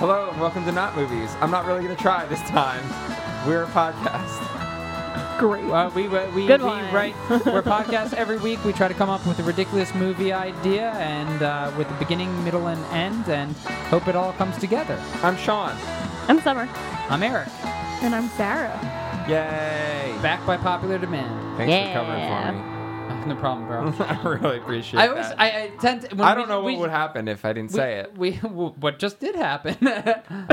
welcome to Not Movies. I'm not really gonna try this time. We're a podcast. Great. Well, we we, we, Good we one. write we're a podcast every week. We try to come up with a ridiculous movie idea and uh, with a beginning, middle, and end, and hope it all comes together. I'm Sean. I'm Summer. I'm Eric, And I'm Sarah. Yay! back by popular demand. Thanks Yeah. for covering No problem, bro. for me. I really appreciate I always that. I, I tend to, when I don't we- know what we- would happen if I didn't we- say it. We, what just did happen.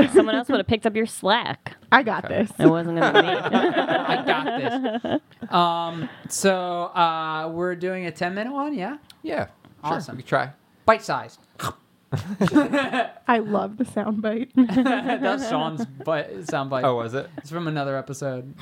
Someone else would have picked up your slack. I got Okay. this. It wasn't gonna be me. I got this. Um, so uh, we're doing a ten minute one, yeah, Yeah. Awesome. Sure, we could try. bite sized. I love the soundbite. That's Sean's bite, sound bite. Oh, was it? It's from another episode.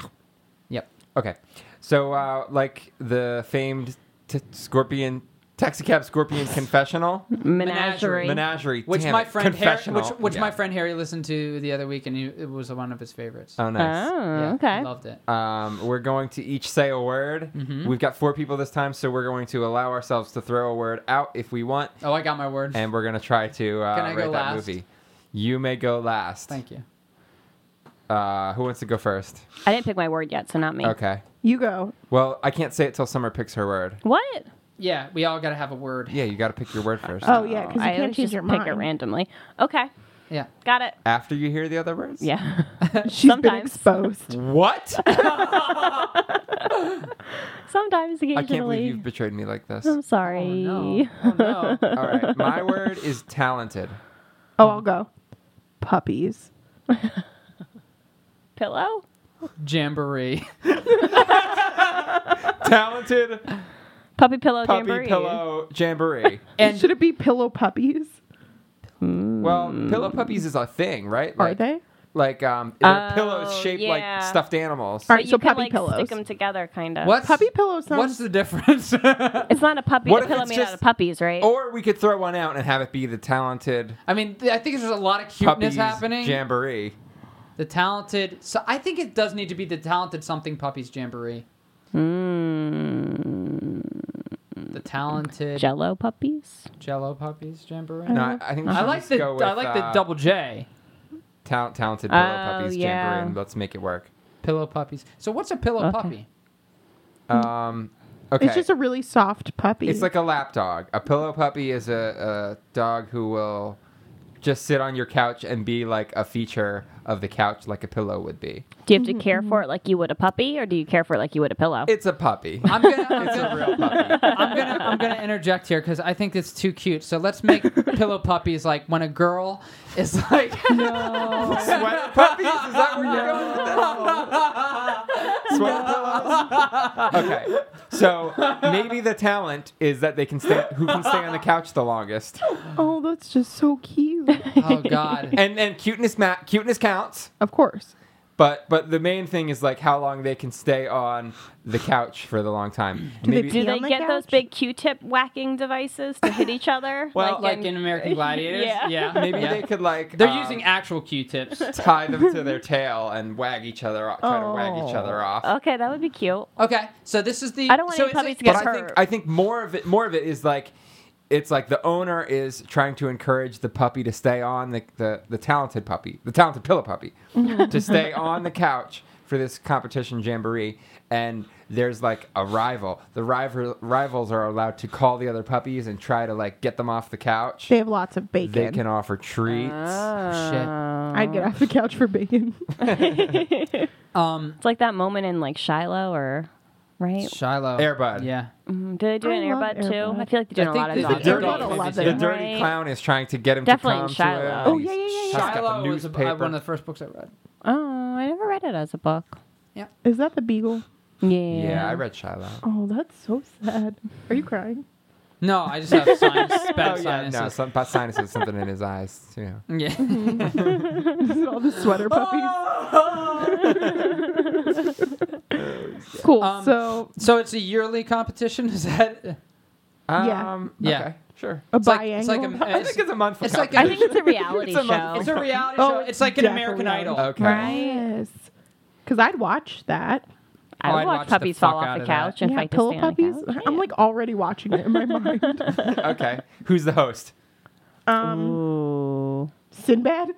Yep. Okay. So, uh, like the famed t- Scorpion taxicab Scorpion confessional Menagerie. menagerie, Which damn my it, friend Harry, confessional. which, which Yeah. my friend Harry listened to the other week, and he, it was one of his favorites. Oh, nice. Oh, Yeah, he okay. loved it. Um, we're going to each say a word. Mm-hmm. We've got four people this time, so we're going to allow ourselves to throw a word out if we want, Oh, I got my word. and we're going to try to uh, Can I rate go that last? movie. You may go last. Thank you. Uh, who wants to go first? I didn't pick my word yet, so not me. Okay. You go. Well, I can't say it till Summer picks her word. What? Yeah, we all got to have a word. Yeah, you got to pick your word first. Oh, yeah, because you I can't always change just your pick mind. it randomly. Okay, Yeah. got it. After you hear the other words? Yeah. She's been Sometimes. exposed. What? Sometimes, occasionally. I can't believe you've betrayed me like this. I'm All sorry. Oh, no. Oh, no. right. My word is talented. Oh, I'll go. Puppies. Pillow? Jamboree. Talented Puppy pillow puppy jamboree. pillow jamboree. And Should it be pillow puppies? Well, pillow puppies is a thing, right? Are Like- they? Like um, they're Oh, pillows shaped yeah. like stuffed animals. All But right, you so can puppy like pillows. stick them together, kind of. what's Puppy pillow sounds. What's the difference? It's not a puppy. What a if pillow it's made out just- Oh. of puppies, right? Or we could throw one out and have it be the talented I mean, th- I think there's a lot of puppies cuteness happening. jamboree. Mm-hmm. the talented. So I think it does need to be the talented something puppies jamboree. The Mm. talented Hmm. Jello puppies. Jello puppies jamboree. No, I, I think we I should like just the go with, I like the uh, double J ta- talented pillow Oh, puppies yeah. jamboree. And let's make it work. pillow puppies. So what's a pillow Okay. puppy? Um, okay, Hmm. It's just a really soft puppy. It's like a lap dog. A pillow puppy is a, a dog who will just sit on your couch and be like a feature of the couch, like a pillow would be. Do you have to care for it like you would a puppy, or do you care for it like you would a pillow? It's a puppy. I'm gonna I'm it's a gonna, real puppy. I'm gonna I'm gonna interject here because I think it's too cute. So let's make pillow puppies like when a girl is like Sweater puppies? Is that where you're going with this? Sweater pillows? Okay. So maybe the talent is that they can stay who can stay on the couch the longest. oh, that's just so cute. oh god. And and cuteness ma- cuteness counts. of course. But but the main thing is like how long they can stay on the couch for the long time. they do pee they on the get those couch? big Q-tip whacking devices to hit each other? Well, Like in American Gladiators, yeah. Yeah. maybe yeah. they could like They're um, using actual Q-tips. tie them to their tail and wag each other off, try to wag each Oh. other off. Okay, that would be cute. Okay, so this is the. I don't want so any it's puppies like- to but get I hurt. think I think more of it more of it is like it's like the owner is trying to encourage the puppy to stay on the the, the talented puppy, the talented pillow puppy, Mm-hmm. to stay on the couch for this competition jamboree and there's like a rival. The rival rivals are allowed to call the other puppies and try to like get them off the couch. They have lots of bacon. They can offer treats. Ah, Oh, I'd get off the couch for bacon. Um, It's like that moment in like Shiloh or right? Shiloh. Airbud. Yeah. Mm, Do they do I an love airbud too? Air Bud. I feel like they're doing I a think lot of they- The they dog do a dirty, lot airbud. of love the it. dirty Right. clown is trying to get him Definitely to come to Shiloh. him. Oh, He's- yeah, yeah, yeah, he's got the yeah. Shiloh was ab- newspaper. one of the first books I read. Oh, I never read it as a book. Is that the beagle? Yeah. yeah, I read Shiloh. Oh, that's so sad. Are you crying? No, I just have sinus, Oh, bad no, sinuses. some, about sinuses, something in his eyes. You know. Yeah. This is all the sweater puppies. Ah! cool. Um, so So it's a yearly competition. Is that? Yeah. Um, Yeah. Okay, sure. a It's like, biannual. it's like a, I think it's a month. It's like I think it's a reality It's a show. month- it's a reality Oh, show. It's like an definitely. American Idol. okay. Right. yes, because I'd watch that. I Oh, would I'd watch, watch the puppies fall fuck out off the of that. couch and yeah, fight to pillow stay on the puppies. couch. I'm like already watching it in my mind. Okay. Who's the host? Um, Ooh. Sinbad.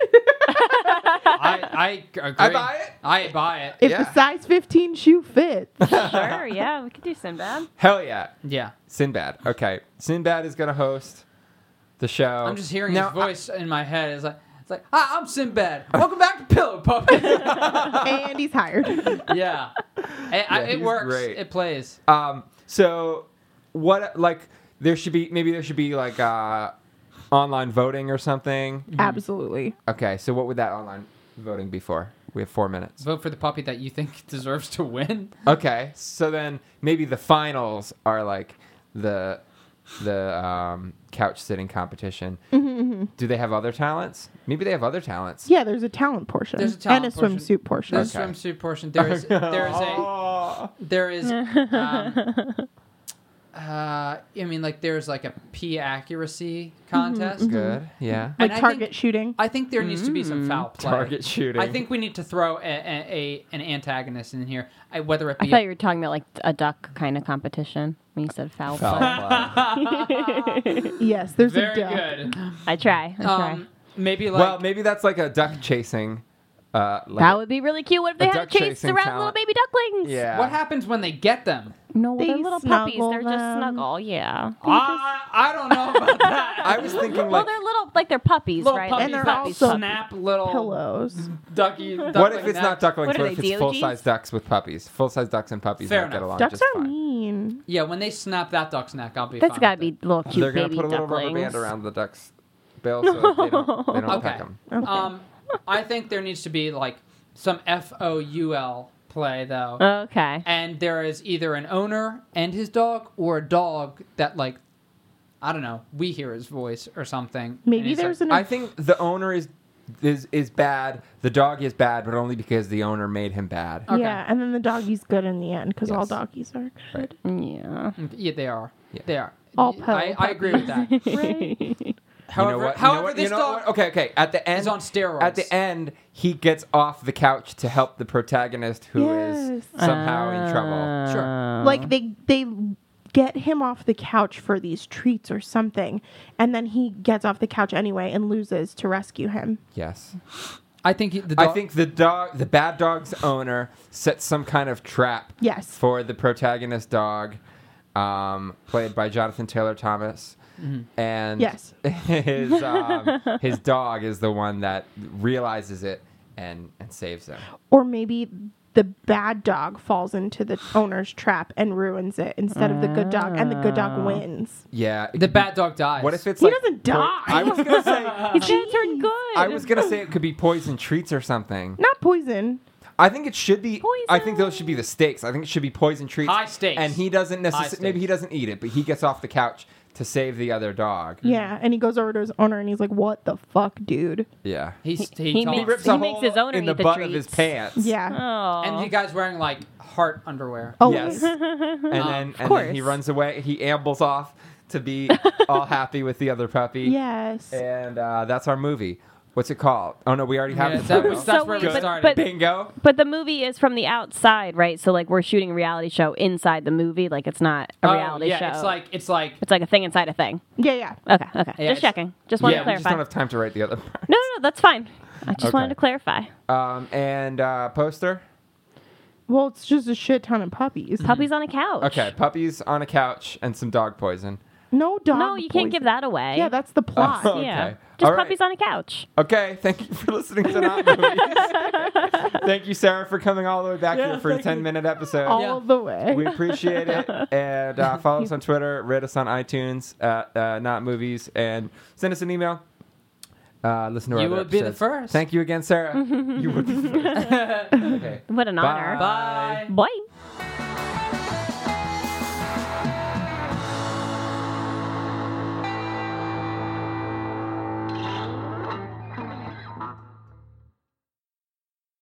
I, I agree. I buy it. I buy it. If Yeah. the size 15 shoe fits. sure, yeah, we could do Sinbad. Hell yeah. Yeah. Sinbad. Okay. Sinbad is going to host the show. I'm just hearing Now, his voice in my head. It's like, it's like, hi, I'm Sinbad. Welcome back to Pillow Puppet. and he's hired. yeah. Uh, It, Yeah, I, it he's works. great. It plays. Um, so what like there should be maybe there should be like uh online voting or something. Absolutely. Okay, so what would that online voting be for? We have 4 minutes. Vote for the puppy that you think deserves to win. Okay. So then maybe the finals are like the the um, couch sitting competition. Do they have other talents? Maybe they have other talents. Yeah, there's a talent portion There's a talent and a portion. swimsuit portion. There's Okay. swimsuit portion. There is, there is a, Oh. there is, um, uh, I mean, like, there's like a P accuracy Mm-hmm. contest. Good. Yeah. And Like I target think- shooting. I think there needs to be some foul play. Target shooting. I think we need to throw a, a, a an antagonist in here, I, whether it I be thought you were talking about like a duck kind of competition when you said foul. Foul play. play. yes, there's very a duck. good. I try. I try. Um, maybe like well, maybe that's like a duck chasing. Uh, like that would be really cute. What if a they had duck chased chasing around little talent. baby ducklings? yeah. what happens when they get them? No, They they're little puppies. snuggle They're just them. snuggle. Yeah. I, I don't know about that. I was thinking well, like, they're little, like they're puppies, little right? puppies And they're that also snap little Pillows. Mm, ducky. what if it's not ducklings? What What, are if they, it's full size DOGs? ducks with puppies? Full size ducks and puppies Fair might get enough. along Ducks just are fine. mean. Yeah, when they snap that duck's neck, I'll be. That's fine gotta with be it. little cute They're gonna baby put a little ducklings. rubber band around the ducks' bill so that they don't, they don't Okay. peck them. Um, I think there needs to be like some F O U L play though, Okay. and there is either an owner and his dog, or a dog that like, I don't know, we hear his voice or something. Maybe there's an. I think the owner is is is bad. The dog is bad, but only because the owner made him bad. okay. Yeah, and then the doggy's good in the end because all Yes. doggies are good. Yeah. an. "Mm, Yeah, they are. Yeah. They are. All I, I agree with that. Right? However, you know what? You know however, what? this You know dog what? Okay, okay. At the end, is on steroids. At the end, he gets off the couch to help the protagonist who is Yes. somehow in Ah. trouble. Sure. Oh. like they they get him off the couch for these treats or something, and then he gets off the couch anyway and loses to rescue him. Yes. I think he- the I dog, think the dog, the bad dog's owner, sets some kind of trap. Yes. For the protagonist dog, um, played by Jonathan Taylor Thomas, Mm-hmm. and Yes. his um, his dog is the one that realizes it and and saves him. Or maybe the bad dog falls into the owner's trap and ruins it instead of the good dog, and the good dog wins. Yeah. it the could be- bad dog dies. What if it's He like doesn't poi- die. I was gonna say. It's gonna turn good. I was gonna say it could be poison treats or something. Not poison. I think it should be. I think those should be the stakes. I think it should be poison treats. High stakes. And he doesn't High stakes. necessarily. Maybe he doesn't eat it, but he gets off the couch to save the other dog. Yeah, and he goes over to his owner and he's like, "What the fuck, dude?" Yeah. He's, he, he talks- makes- rips he a makes hole his owner in the eat the butt of his treats. pants. Yeah. Oh. and the guy's wearing like heart underwear. Oh, Yes. and then and then he course. runs away. He ambles off to be all happy with the other puppy. yes. And uh, that's our movie. What's it called? Oh no, we already have Yeah, the that title. was- So that's where wait, we but- started. but- Bingo. But the movie is from the outside, right? So like we're shooting a reality show inside the movie. Like it's not a Oh, reality yeah, show. It's like it's like it's like a thing inside a thing. Yeah, yeah. Okay, okay. Yeah, it's- just checking. Just Yeah, wanted we to just clarify. don't have time to write the other part. no, no, no, that's fine. I just wanted Okay. to clarify. Um, and uh, poster. Well, it's just a shit ton of puppies. Puppies on a couch. Okay, puppies on a couch and some dog poison. No dog. No, you can't give poison. that away. Yeah, that's the plot. Oh. Yeah. Okay. Just All right. puppies on a couch. Okay, thank you for listening to Not Movies. thank you, Sarah, for coming all the way back here for a 10 minute episode. All Yeah. the way. We appreciate it. And uh, follow us on Twitter, rate us on iTunes at uh, Not Movies, and send us an email. Uh, listen to our You other would be the episodes. first. Thank you again, Sarah. you would be the first. okay. What an honor. bye. Boy.